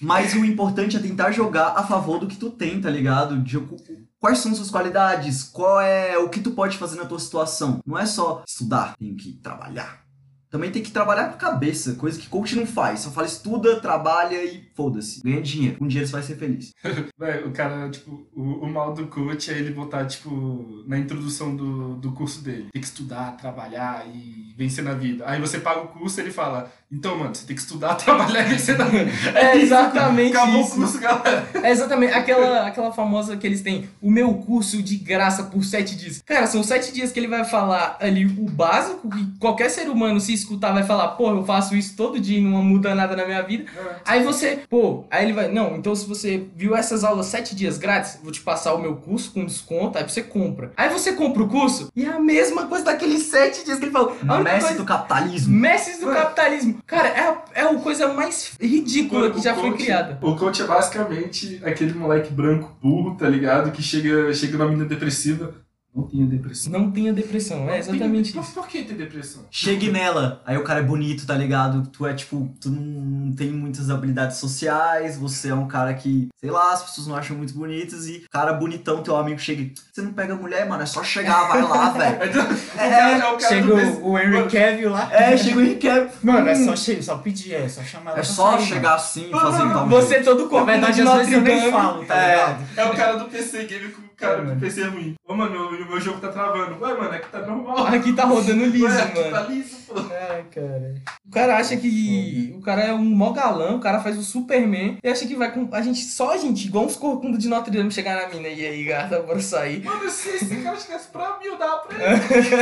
S3: Mas o importante é tentar jogar a favor do que tu tem, tá ligado? De o- quais são suas qualidades, qual é o que tu pode fazer na tua situação. Não é só estudar, tem que trabalhar. Também tem que trabalhar com a cabeça, coisa que coach não faz. Só fala estuda, trabalha e foda-se. Ganha dinheiro. Com dinheiro você vai ser feliz.
S2: Véi, o cara, tipo, o, o mal do coach é ele botar, tipo, na introdução do, do curso dele. Tem que estudar, trabalhar e vencer na vida. Aí você paga o curso e ele fala, então, mano, você tem que estudar, [LAUGHS] trabalhar e vencer na vida.
S1: É
S2: [LAUGHS] isso,
S1: exatamente
S2: Acabou
S1: isso.
S2: o curso, galera.
S1: É exatamente aquela, aquela famosa que eles têm, o meu curso de graça por sete dias. Cara, são sete dias que ele vai falar ali o básico, que qualquer ser humano se escutar vai falar, pô, eu faço isso todo dia e não muda nada na minha vida. Aí você, pô, aí ele vai, não, então se você viu essas aulas sete dias grátis, vou te passar o meu curso com desconto, aí você compra. Aí você compra o curso e é a mesma coisa daqueles sete dias que ele falou. A única
S3: Mestre
S1: coisa-
S3: do capitalismo.
S1: Mestres do capitalismo. Cara, é a, é a coisa mais ridícula que já foi
S2: coach-
S1: criada.
S2: O coach é basicamente aquele moleque branco burro, tá ligado? Que chega, chega na menina depressiva. Não tenha depressão.
S1: Não tenha depressão, é exatamente
S2: Mas
S1: isso.
S2: Por que ter depressão?
S3: Chegue nela, aí o cara é bonito, tá ligado? Tu é tipo, tu não tem muitas habilidades sociais, você é um cara que, sei lá, as pessoas não acham muito bonitas e cara bonitão, teu amigo chega e, você não pega mulher, mano, é só chegar, vai [LAUGHS] lá, velho.
S2: O cara é o cara do desenho.
S4: o Henry Cavill lá.
S3: É, chega o Henrique, é
S4: Mano, é só, che- só pedir, é só chamar ela
S3: é
S4: pra
S3: só
S4: sair,
S3: chegar assim, fazer tal jeito.
S1: Você é todo
S4: mano.
S1: corpo
S4: Na verdade, às vezes eu nem falo, tá
S3: É.
S4: ligado?
S2: É o cara do PC game com o cara
S4: É,
S2: do
S4: mano.
S2: PC ruim. Ô, mano, o meu jogo tá travando. Ué, mano, aqui tá normal.
S1: Aqui tá rodando liso,
S2: Ué, aqui
S1: mano.
S2: tá liso, pô.
S4: Ai, cara.
S1: O cara acha que o cara é um mó galã, o cara faz o Superman e acha que vai com. A gente, só a gente, igual uns corcundos de Notre Dame chegar na mina. E aí, gata, bora sair.
S2: Mano, se esse cara chegasse pra mil, dava pra ele.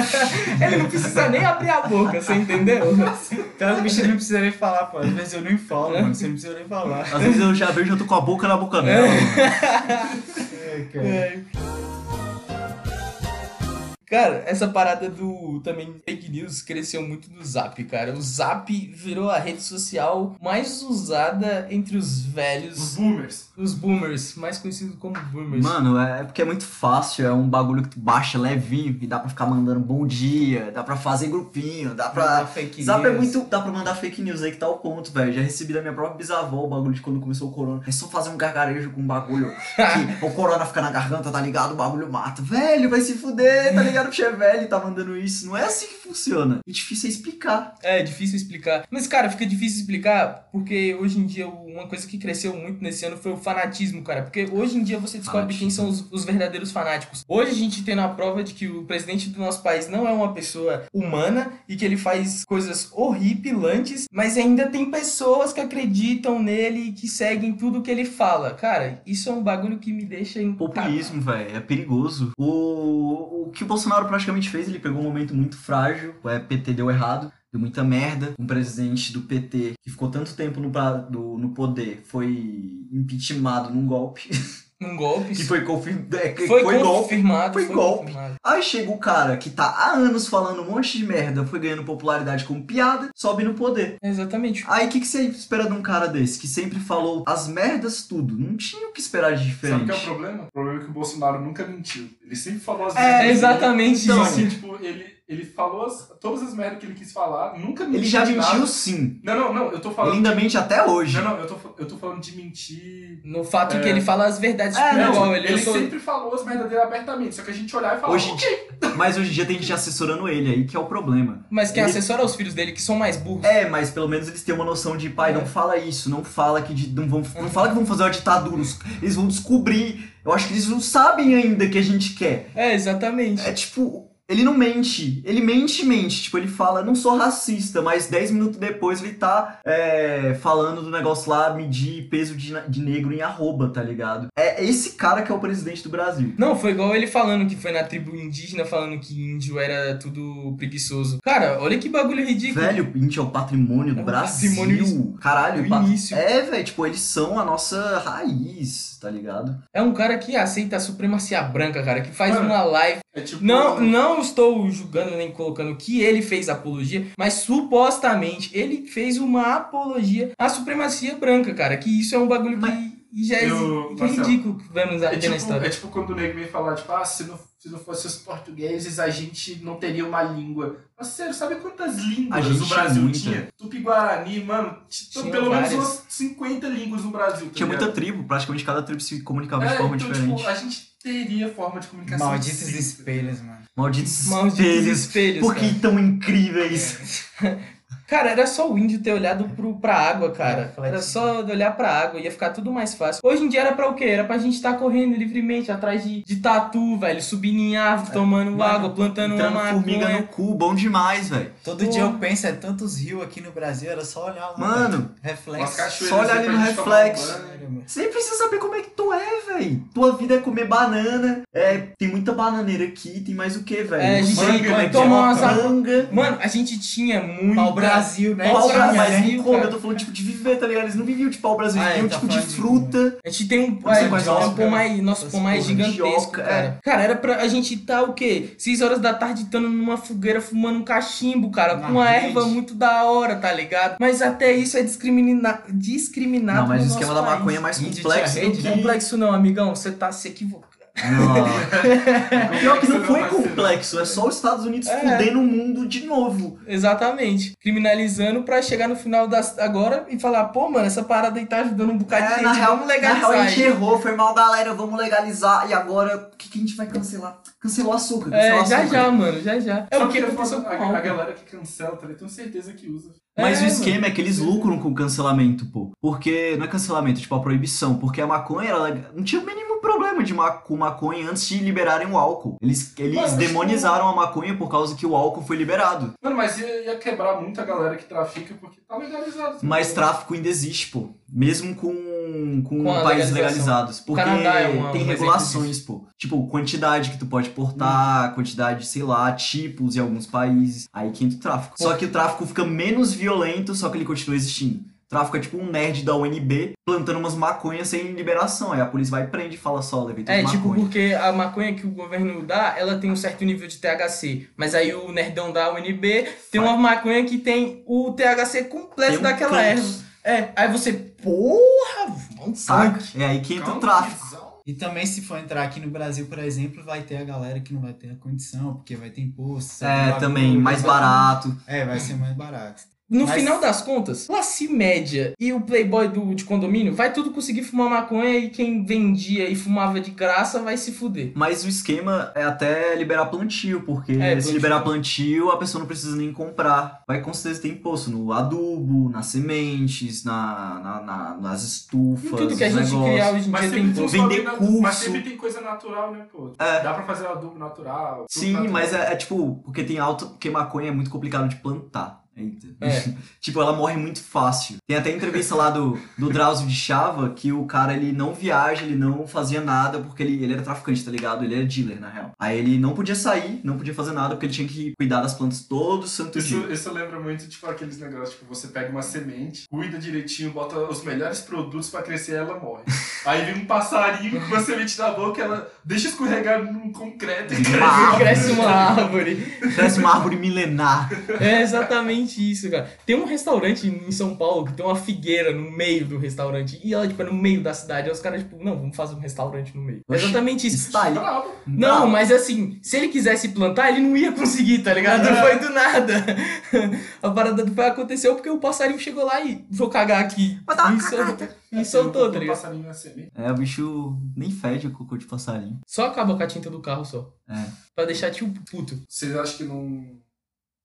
S1: Ele não precisa nem abrir a boca, você entendeu?
S4: [LAUGHS] Então, os bichos não precisam nem falar, pô. Às vezes eu nem falo, mano. Você não precisa nem falar.
S3: Às vezes eu já vejo, eu tô com a boca na boca dela. mano.
S4: É, cara.
S1: É. Cara, essa parada do também fake news cresceu muito no Zap, cara. O Zap virou a rede social mais usada entre os
S2: Os
S1: velhos,
S2: boomers.
S1: os boomers, mais conhecido como boomers.
S3: Mano, é é porque é muito fácil, é um bagulho que tu baixa levinho e dá pra ficar mandando bom dia, dá pra fazer grupinho, dá pra
S4: Mandar fake
S3: Zap é
S4: news.
S3: muito. Dá pra mandar fake news aí que tá o ponto, velho. Já recebi da minha própria bisavó o bagulho de quando começou o corona. É só fazer um gargarejo com o bagulho.
S4: [LAUGHS]
S3: que o corona fica na garganta, tá ligado? O bagulho mata. Velho, vai se fuder, tá ligado? O che velho tá mandando isso. Não é assim que funciona. E difícil é explicar.
S1: É difícil explicar. Mas, cara, fica difícil explicar porque hoje em dia uma coisa que cresceu muito nesse ano foi o fanatismo, cara. Porque hoje em dia você descobre
S3: Fanatismo.
S1: quem são os, os verdadeiros fanáticos. Hoje a gente tem na prova de que o presidente do nosso país não é uma pessoa humana e que ele faz coisas horripilantes, mas ainda tem pessoas que acreditam nele e que seguem tudo que ele fala. Cara, isso é um bagulho que me deixa em
S3: Populismo, velho, é perigoso. O, o que o Bolsonaro praticamente fez, ele pegou um momento muito frágil, o PT deu errado, deu muita merda. Um presidente do PT que ficou tanto tempo no, pra- do- no poder foi impeachmentado num golpe.
S1: Um golpe.
S3: que foi confirmado.
S1: Foi
S3: foi golpe.
S1: confirmado.
S3: foi golpe.
S1: confirmado.
S3: Aí chega o cara que tá há anos falando um monte de merda, foi ganhando popularidade como piada, sobe no poder.
S1: Exatamente.
S3: Aí o que, que você espera de um cara desse que sempre falou as merdas tudo? Não tinha o que esperar de
S2: Sabe o
S3: diferente.
S2: que é o problema? O problema é que o Bolsonaro nunca mentiu. Ele sempre falou as
S1: É,
S2: merdas.
S1: exatamente
S2: Então,
S1: isso.
S2: assim, tipo, ele, ele falou as- todas as merdas que ele quis falar, nunca mentiu.
S3: Ele já
S2: de nada.
S3: mentiu sim.
S2: Não, não, não, eu tô
S3: Ele
S2: falando.
S3: ainda mente até hoje.
S2: Não, não, eu tô, fa- eu tô falando de mentir.
S1: No fato
S2: É.
S1: que ele fala as verdades
S3: É,
S1: pro
S3: não,
S1: pessoal,
S2: ele
S1: ele, eu sou-
S2: sempre falou as merdas dele abertamente, só que a gente olhar e falar.
S3: Hoje em
S2: "Ok,
S3: Mas hoje em dia tem gente assessorando ele aí, que é o problema.
S1: Mas quem
S3: ele-
S1: assessora é os filhos dele, que são mais burros.
S3: É, mas pelo menos eles têm uma noção de, pai,
S2: É.
S3: não fala isso, não fala que de- não, vão, não fala que vão fazer uma ditadura, os- eles vão descobrir. Eu acho que eles não sabem ainda que a gente quer.
S1: É, exatamente.
S3: É tipo, ele não mente, ele mente, mente. Tipo, ele fala, não sou racista, mas 10 minutos depois ele tá é, falando do negócio lá, medir peso de, na- de negro em arroba, tá ligado? É esse cara que é o presidente do Brasil.
S1: Não, foi igual ele falando que foi na tribo indígena, falando que índio era tudo preguiçoso. Cara, olha que bagulho ridículo.
S3: Velho, índio é o patrimônio do
S1: É o
S3: Brasil.
S1: patrimônio
S3: Caralho,
S1: do
S3: pat-
S1: início.
S3: É, velho, tipo, eles são a nossa raiz, tá ligado?
S1: É um cara que aceita a supremacia branca, cara, que faz
S2: Mano.
S1: uma live.
S2: É tipo.
S1: Não, não estou julgando nem colocando que ele fez apologia, mas supostamente ele fez uma apologia à supremacia branca, cara. Que isso é um bagulho que já exi-
S2: Eu-
S1: que é
S2: Marcelo,
S1: ridículo que vemos
S2: É
S1: até na
S2: tipo,
S1: história.
S2: é tipo quando o nego vem falar, tipo, ah, se não, se não fosse os portugueses, a gente não teria uma língua. Mas sério, sabe quantas
S3: A
S2: línguas
S3: gente
S2: o Brasil
S3: muita.
S2: tinha? Tupi-Guarani, mano, t- t-
S1: Tinha
S2: pelo
S1: várias.
S2: menos umas 50 línguas no Brasil. tá
S3: Tinha
S2: ligado?
S3: muita tribo, praticamente cada tribo se comunicava de
S2: É,
S3: forma
S2: então,
S3: diferente.
S2: tipo, a gente teria forma de comunicação.
S4: Malditos
S2: sim.
S4: espelhos, mano.
S3: Malditos,
S1: Malditos
S3: espelhos.
S1: espelhos,
S3: Por que tão incríveis?
S1: Cara, era só o índio ter olhado pro, pra água, cara.
S4: É,
S1: Era só olhar pra água, ia ficar tudo mais fácil. Hoje em dia era pra o quê? Era pra gente estar correndo livremente atrás de, de tatu, velho. Subindo em árvore, tomando
S3: Mano,
S1: água, plantando uma
S3: Entrando formiga
S1: é maconha.
S3: no cu, bom demais, velho.
S4: Todo dia eu penso, é tantos rios aqui no Brasil, era só olhar lá.
S3: Mano,
S2: Umas
S4: Reflexo.
S2: cachoeiras
S3: Só olha ali
S2: aí assim pra
S3: no
S2: gente tomar
S3: reflexo.
S2: um banho.
S4: Sério, mano.
S3: você nem precisa saber como é que tu é, velho. Tua vida é comer banana. É, tem muita bananeira aqui, tem mais o que, velho?
S1: É, a
S3: Não
S1: gente
S3: sei como é que
S1: toma
S3: é.
S1: umas águas.
S3: manga.
S1: Mano, a gente tinha muito.
S4: Pau Brasil, né?
S3: Pau
S1: Pau
S3: Brasil, mas
S1: Brasil,
S3: não come,
S1: cara.
S3: eu tô falando tipo de viver, tá ligado? Eles não viviam de pau Brasil,
S4: Ah,
S3: eles
S4: é,
S3: viviam
S4: tá
S3: tipo de
S4: falando de-
S3: fruta.
S1: A gente tem um
S3: Não sei
S1: é,
S3: quais
S1: é um
S3: jogos,
S1: pomai, nosso
S3: é
S4: Essas
S1: pomai
S4: porra,
S1: gigantesco,
S3: mandioca,
S1: cara. Cara, era pra a gente tá o quê? Seis horas da tarde estando numa fogueira fumando um cachimbo, cara,
S4: Na
S1: com uma
S4: rede.
S1: erva muito da hora, tá ligado? Mas até isso é discrimina... discriminado.
S3: Não, mas
S1: no
S3: o esquema
S1: nosso
S3: da
S1: país.
S3: maconha é mais
S4: Índio tinha
S3: complexo do
S4: rede,
S3: que
S1: Não é complexo não, amigão, você tá se equivocando.
S3: Não. [LAUGHS] Pior que não foi
S2: vai ser,
S3: complexo, é só os Estados Unidos
S1: É.
S3: fudendo o mundo de novo.
S1: Exatamente. Criminalizando pra chegar no final das agora e falar, pô, mano, essa parada aí tá ajudando um bocado de
S3: É,
S1: gente,
S3: na real,
S1: vamos
S3: na real,
S1: legalizar
S3: a gente
S1: aí.
S3: errou, foi mal, galera, vamos legalizar. E agora, o que, que a gente vai cancelar? Cancelou o açúcar, cancelou
S1: É,
S3: o
S1: já
S3: açúcar.
S1: já, mano, já já. É
S2: Só
S1: o que
S2: porque
S1: aconteceu com
S2: a,
S1: o
S2: a,
S1: álcool.
S2: galera que cancela, tá ligado? tenho certeza que usa.
S3: Mas
S1: É,
S3: o
S1: mano.
S3: esquema é que eles lucram com o cancelamento, pô. Porque não é cancelamento, tipo a proibição. Porque a maconha, ela não tinha o mínimo problema de ma com maconha antes de liberarem o álcool. Eles,
S2: Mano,
S3: eles
S1: tipo,
S2: acho que-
S3: demonizaram a maconha por causa que o álcool foi liberado.
S2: Mano, mas ia, ia quebrar muito a galera que trafica porque tá legalizado. tá
S3: Mas
S2: ligado?
S3: tráfico ainda existe, pô. Mesmo com, com,
S1: Com a
S3: países
S1: legalização.
S3: legalizados. Porque
S1: Canadá é uma-
S3: tem
S1: um exemplo
S3: regulações, pô. Tipo, quantidade que tu pode
S1: Hum.
S3: portar, quantidade, sei lá, tipos em alguns países. Aí que entra o tráfico. Só que o tráfico fica menos violento, só que ele continua existindo. O Tráfico é tipo um nerd da UNB plantando umas maconhas sem liberação. Aí a polícia vai e prende e fala só, levei tudo
S1: É,
S3: maconha.
S1: tipo, porque a maconha que o governo dá, ela tem um certo nível de THC. Mas aí o nerdão da UNB tem uma maconha que tem o THC completo
S3: Tem um
S1: daquela
S3: canto,
S1: erva. É, aí você, porra, vamos
S3: Saca? É aí que entra o
S2: Calma,
S3: tráfico.
S2: visão.
S4: E também se for entrar aqui no Brasil, por exemplo, vai ter a galera que não vai ter a condição, porque vai ter imposto. sabe,
S3: É,
S4: bagulho,
S3: também, mais
S4: vai-
S3: barato.
S4: É, vai ser mais barato.
S1: No
S4: Mas-
S1: final das contas, classe média e o playboy do, de condomínio vai tudo conseguir fumar maconha e quem vendia e fumava de graça vai se fuder.
S3: Mas o esquema é até liberar plantio, porque
S1: É,
S3: se
S1: plantio.
S3: liberar plantio, a pessoa não precisa nem comprar. Vai com certeza ter imposto no adubo, nas sementes, na, na- na- nas
S1: Em
S3: estufas,
S1: tudo que a
S3: nos
S1: gente
S3: negócios.
S1: criar hoje em
S2: Mas
S1: dia
S2: sempre,
S1: tem
S2: tem
S1: imposto.
S2: uns bagulho
S3: Vender
S2: natu-
S3: curso.
S2: mas sempre tem coisa natural, né, pô?
S3: É.
S2: Dá pra fazer adubo natural. tudo
S3: Sim,
S1: tá
S2: natural.
S3: mas é, é tipo, porque tem alto, porque maconha é muito complicado de plantar. Eita.
S1: É.
S3: [LAUGHS] tipo, ela morre muito fácil. Tem até entrevista lá do, do Drauzio de Chava que o cara ele não viaja, ele não fazia nada porque ele, ele era traficante, tá ligado? Ele era dealer, na real. Aí ele não podia sair, não podia fazer nada porque ele tinha que cuidar das plantas todo santo dia.
S2: Isso, isso lembra muito, tipo, aqueles negócios, tipo, você pega uma semente, cuida direitinho, bota os melhores produtos pra crescer e ela
S3: [LAUGHS]
S2: morre. Aí vem um passarinho com uma semente na boca, ela deixa escorregar no concreto e
S3: Uma
S2: cresce. [LAUGHS]
S1: Cresce uma árvore.
S3: Parece uma árvore milenar.
S1: É exatamente exatamente isso, cara. Tem um restaurante em São Paulo que tem uma figueira no meio do restaurante. E ela, tipo, é no meio da cidade. Aí os caras, tipo, não, vamos fazer um restaurante no meio. É
S3: Oxi.
S1: exatamente [LAUGHS] isso.
S3: Está
S2: Tá
S3: aí.
S2: Brabo.
S1: Não, mas assim, se ele quisesse plantar, ele não ia conseguir, tá ligado? Não foi do nada. [LAUGHS] A parada do pai aconteceu porque o passarinho chegou lá e vou cagar aqui.
S3: Vai dar uma
S1: E soltou, e
S2: Tem
S1: soltou,
S2: um
S1: tá ligado?
S2: passarinho na semente.
S3: É, o bicho nem fede o cocô de passarinho.
S1: Só acaba com a tinta do carro só.
S3: É.
S1: Pra deixar tio puto.
S2: Vocês acham que não.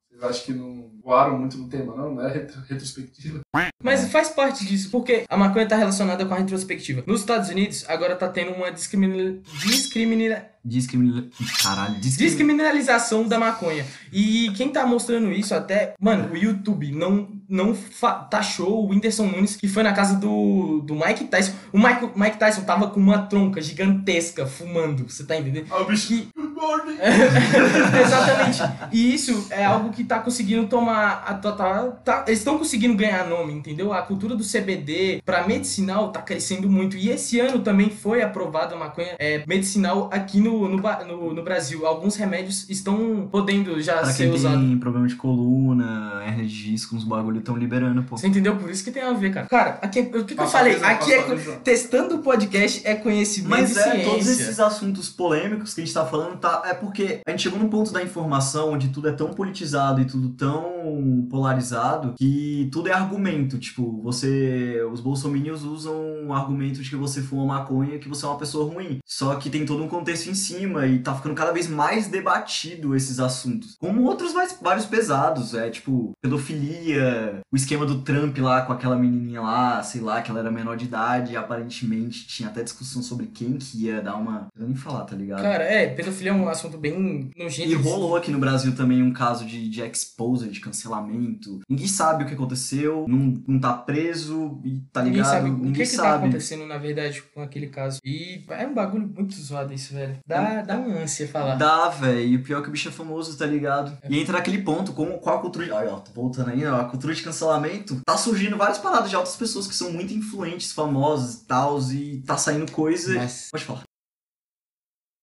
S2: Vocês acham que não voaram muito no tema, não? Não é retro- retrospectiva?
S1: Mas faz parte disso, porque a maconha tá relacionada com a retrospectiva. Nos Estados Unidos, agora tá tendo uma discrimina... discrimina...
S3: Discriminal. Caralho, discriminal.
S1: Descriminalização da maconha. E quem tá mostrando isso até. Mano, o YouTube não, não fa- taxou o Whindersson Nunes, que foi na casa do, do Mike Tyson. O Mike, Mike Tyson tava com uma tronca gigantesca fumando, você tá entendendo?
S2: Ah, o bicho.
S1: Que-
S2: Good morning!
S1: é, [LAUGHS] Exatamente. E isso é algo que tá conseguindo tomar. A, tá, tá- tá- eles estão conseguindo ganhar nome, entendeu? A cultura do CBD pra medicinal tá crescendo muito. E esse ano também foi aprovada a maconha é, medicinal aqui no, no, Ba- no, no Brasil. Alguns remédios estão podendo já
S3: Pra
S1: ser
S3: quem
S1: usados.
S3: tem um problema de coluna, hernia de disco, uns bagulho tão liberando, pô.
S1: Você entendeu? Por isso que tem a ver, cara. Cara, aqui, é- o que, que eu falei? Aqui é. co- Testando o podcast é conhecimento
S3: Mas
S1: e
S3: é,
S1: ciência.
S3: todos esses assuntos polêmicos que a gente tá falando, tá, é porque a gente chegou num ponto da informação onde tudo é tão politizado e tudo tão polarizado que tudo é argumento. Tipo, você. Os bolsominions usam o argumento de que você fuma maconha e que você é uma pessoa ruim. Só que tem todo um contexto em cima e tá ficando cada vez mais debatido esses assuntos. Como outros mais, vários pesados, é tipo, pedofilia, o esquema do Trump lá com aquela menininha lá, sei lá, que ela era menor de idade, e aparentemente tinha até discussão sobre quem que ia dar uma. Eu nem falar, tá ligado?
S1: Cara, é, pedofilia é um assunto bem nojento.
S3: E rolou aqui no Brasil também um caso de, de exposure, de cancelamento. Ninguém sabe o que aconteceu, não, não tá preso, e tá
S1: Ninguém
S3: ligado?
S1: sabe o que, que tá acontecendo, na verdade, com aquele caso. E é um bagulho muito zoado isso, velho. Dá, dá uma ânsia falar.
S3: Dá, velho. E o pior é que o bicho é famoso, tá ligado?
S1: É.
S3: E entra naquele ponto, como qual a cultura de. Ai, ó, tô voltando aí, ó. A cultura de cancelamento. Tá surgindo várias paradas de outras pessoas que são muito influentes, famosas e tal, e tá saindo coisa.
S4: Mas
S3: Pode falar.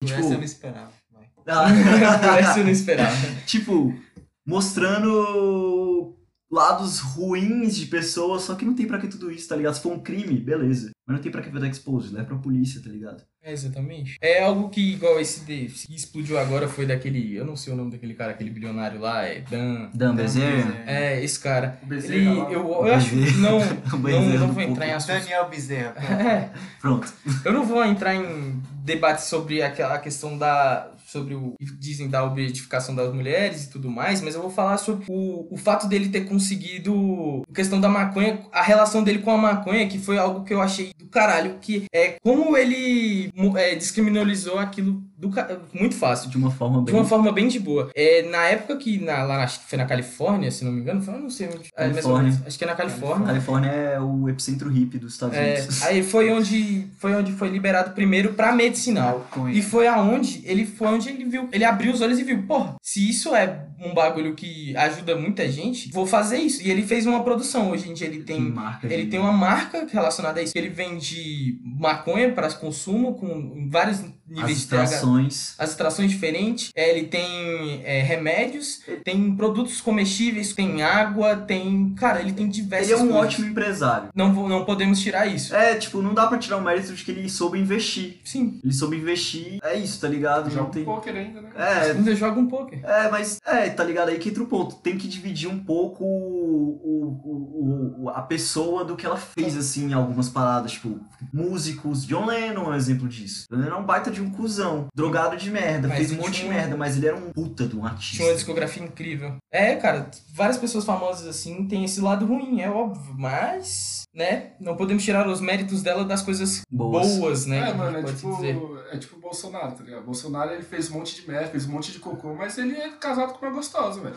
S4: tipo, essa eu
S3: [LAUGHS]
S4: não esperava. vai.
S1: [LAUGHS] Parece eu não esperava.
S3: Ah, tipo, mostrando lados ruins de pessoas, só que não tem pra que tudo isso, tá ligado? Se for um crime, beleza. Mas não tem pra que dar expose, leva pra polícia, tá ligado?
S1: É, exatamente. É algo que, igual esse de, que explodiu agora, foi daquele. Eu não sei o nome daquele cara, aquele bilionário lá, é Dan.
S3: Dan Bezerra.
S4: Bezerra.
S1: É, esse cara.
S2: O bezerra
S1: Ele,
S2: tá lá.
S3: Um
S1: eu, eu acho
S3: [LAUGHS]
S1: que não, não,
S3: Bezerra
S1: não
S3: do
S1: vou entrar em assuntos.
S4: Daniel Bezerra. pronto.
S1: É,
S3: um Pronto.
S1: eu não vou entrar em debate sobre aquela questão da. sobre o que dizem da objetificação das mulheres e tudo mais, mas eu vou falar sobre o, o fato dele ter conseguido a questão da maconha, a relação dele com a maconha, que foi algo que eu achei do caralho, que é como ele mo- é, descriminalizou aquilo do, ca- muito fácil.
S3: De uma forma
S1: De
S3: bem.
S1: uma forma bem de boa. É, na época que, na, lá, acho que foi na Califórnia, se não me engano, foi, eu não sei onde. é, mais ou
S3: Califórnia.
S1: menos, acho que é na Califórnia.
S3: Califórnia é o epicentro hippie dos Estados
S1: É,
S3: Unidos.
S1: aí foi onde, foi onde foi liberado primeiro pra medicinal.
S3: Ah,
S4: Maconha.
S1: E foi aonde ele foi onde ele viu. Ele abriu os olhos e viu, porra, se isso é um bagulho que ajuda muita gente, vou fazer isso. E ele fez uma produção. Hoje em dia ele
S3: [LAUGHS] Que
S1: tem.
S3: marca
S1: Ele
S3: de-
S1: tem uma marca relacionada a isso. Ele vende maconha para consumo com vários
S3: As
S1: níveis um de THC
S3: extrações.
S1: as extrações diferentes. É, ele tem é, remédios, tem produtos comestíveis, tem água, tem. Cara, ele tem diversas.
S3: Ele é um
S1: coisas.
S3: ótimo empresário.
S1: Não, vou- não podemos tirar isso.
S3: É, tipo, não dá pra tirar o mérito de que ele soube investir.
S1: Sim,
S3: Ele soube investir, é isso, tá ligado? Não
S2: Joga
S3: tem.
S2: um poker ainda, né?
S3: É,
S1: ainda joga um poker.
S3: É, mas é, tá ligado aí que entra o ponto. Tem que dividir um pouco o, o- o- o- a pessoa do que ela fez, assim, em algumas paradas. Tipo, músicos. John Lennon é um exemplo disso. John Lennon é um baita de um cuzão. Drogado de merda.
S1: Mas
S3: fez um
S1: ele
S3: monte de
S1: tinha um-
S3: merda, mas ele era um puta de um artista.
S1: Tinha uma discografia incrível. É, cara, várias pessoas famosas assim têm esse lado ruim, é óbvio, mas, né, não podemos tirar os méritos dela das coisas
S3: Boas.
S1: boas, né? que a
S2: É,
S1: gente
S2: mano, é
S1: pode
S2: tipo, [LAUGHS]
S1: dizer.
S2: é tipo o Bolsonaro, tá ligado? Bolsonaro ele fez um monte de merda, fez um monte de cocô, mas ele é casado com uma gostosa, [LAUGHS] velho.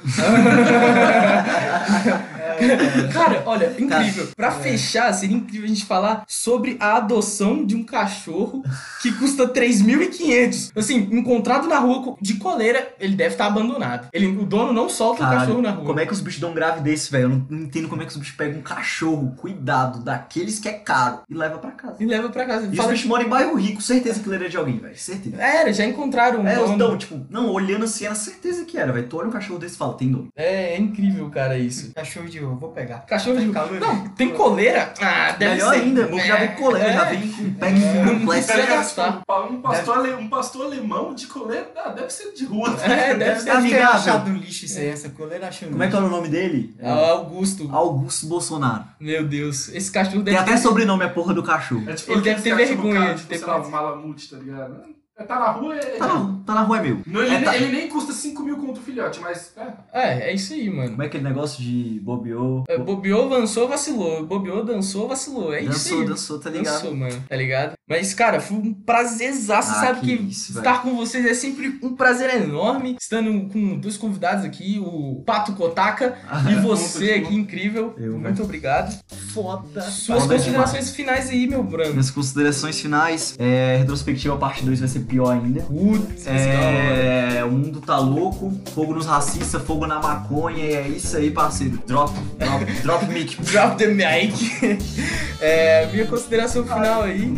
S4: É,
S1: Cara, olha, incrível. Pra
S3: é.
S1: fechar, seria incrível a gente falar sobre a adoção de um cachorro que custa 3.500. Assim, encontrado na rua co- de coleira, ele deve estar abandonado. Ele, o dono não solta o
S3: Caralho, é
S1: cachorro na rua.
S3: Como é que os bichos dão grave desse, velho? Eu não não entendo como é que os bichos pegam um cachorro. Cuidado, usado, daqueles que é caro, e leva pra casa.
S1: E leva pra casa.
S3: E os
S1: Fala-
S3: bichos moram em bairro rico, certeza que ele era de alguém, velho. Certeza.
S1: Era, já encontraram um
S3: É,
S1: dono.
S3: então, tipo, não, olhando assim, era certeza que era, velho. Tu olha um cachorro desse e fala, tem dono.
S1: É, é incrível, cara, isso.
S4: Cachorro tá de ouro, vou pegar. Tá
S1: Cachorro de...
S4: Calor.
S1: Tá Não, tem coleira? Ah, deve
S3: Melhor
S1: ser.
S3: ainda, porque já vem com
S1: [LAUGHS]
S3: coleira,
S1: É.
S3: já vem com um pack
S1: É.
S3: completo.
S1: Precisa
S2: Tá ligado?
S1: gastar.
S2: Tipo, Um pastor, ale- um pastor alemão de coleira, ah, deve ser de rua. tá
S1: É, deve
S2: ligado?
S1: ser.
S4: Deve ter
S3: Amigável.
S4: achado no lixo isso aí, essa coleira um achou no
S3: Como é que
S4: lixo.
S3: era o nome dele?
S1: Ah, Augusto.
S3: Augusto Bolsonaro.
S1: Meu Deus, esse cachorro
S3: Tem
S1: deve
S3: até
S1: ter...
S3: sobrenome, é porra do cachorro.
S2: É tipo
S1: Ele deve
S2: aqueles
S1: ter
S2: caras que
S1: vergonha
S2: chamam o
S1: de
S2: tipo,
S1: ter
S2: sei lá,
S1: feito.
S2: um malamute, tá ligado? É, Tá na rua, é...
S3: Tá na, tá na rua, é meu.
S2: Não, ele,
S3: É, tá-
S2: ele nem custa 5 mil contra o filhote, mas... É.
S1: É, é isso aí, mano.
S3: Como é aquele negócio de bobeou?
S1: É, Bobeou, dançou, vacilou. Bobeou, dançou, vacilou. É isso
S3: dançou,
S1: aí.
S3: dançou, tá ligado?
S1: Dançou, mano. Tá ligado? Mas, cara, foi um prazerzaço.
S3: Ah,
S1: sabe que,
S3: que isso, velho.
S1: estar com vocês é sempre um prazer enorme. Estando com dois convidados aqui, o Pato
S3: [LAUGHS]
S1: Kotaka e você, que incrível.
S3: Eu,
S1: Muito
S3: velho.
S1: obrigado.
S4: foda.
S1: Suas
S3: Parabéns
S1: considerações finais aí, meu Brando.
S3: Minhas considerações finais, é, retrospectiva parte 2 vai ser pior ainda.
S1: Putz,
S3: É, o mundo tá louco, fogo nos racistas, fogo na maconha, e é isso aí, parceiro. Drop, drop, drop mic.
S1: Drop the mic. [LAUGHS] É, minha consideração
S3: Ah,
S1: final aí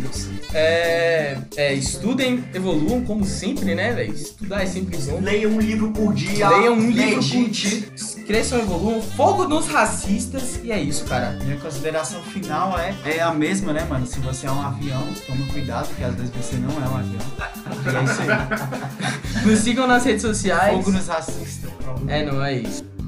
S1: é, é, estudem, evoluam como sempre, né, velho? Estudar é sempre bom.
S3: [LAUGHS] Leia um livro por dia.
S1: Leiam um livro
S3: medite.
S1: por dia. Cresçam, evoluam. Fogo nos racistas. E é isso, cara.
S4: Minha consideração final é, é a mesma, né, mano? Se você é um avião, toma cuidado, porque às vezes você não é um avião. E é isso aí.
S1: Nos sigam nas redes sociais.
S4: Fogo nos racistas.
S1: É, não é isso.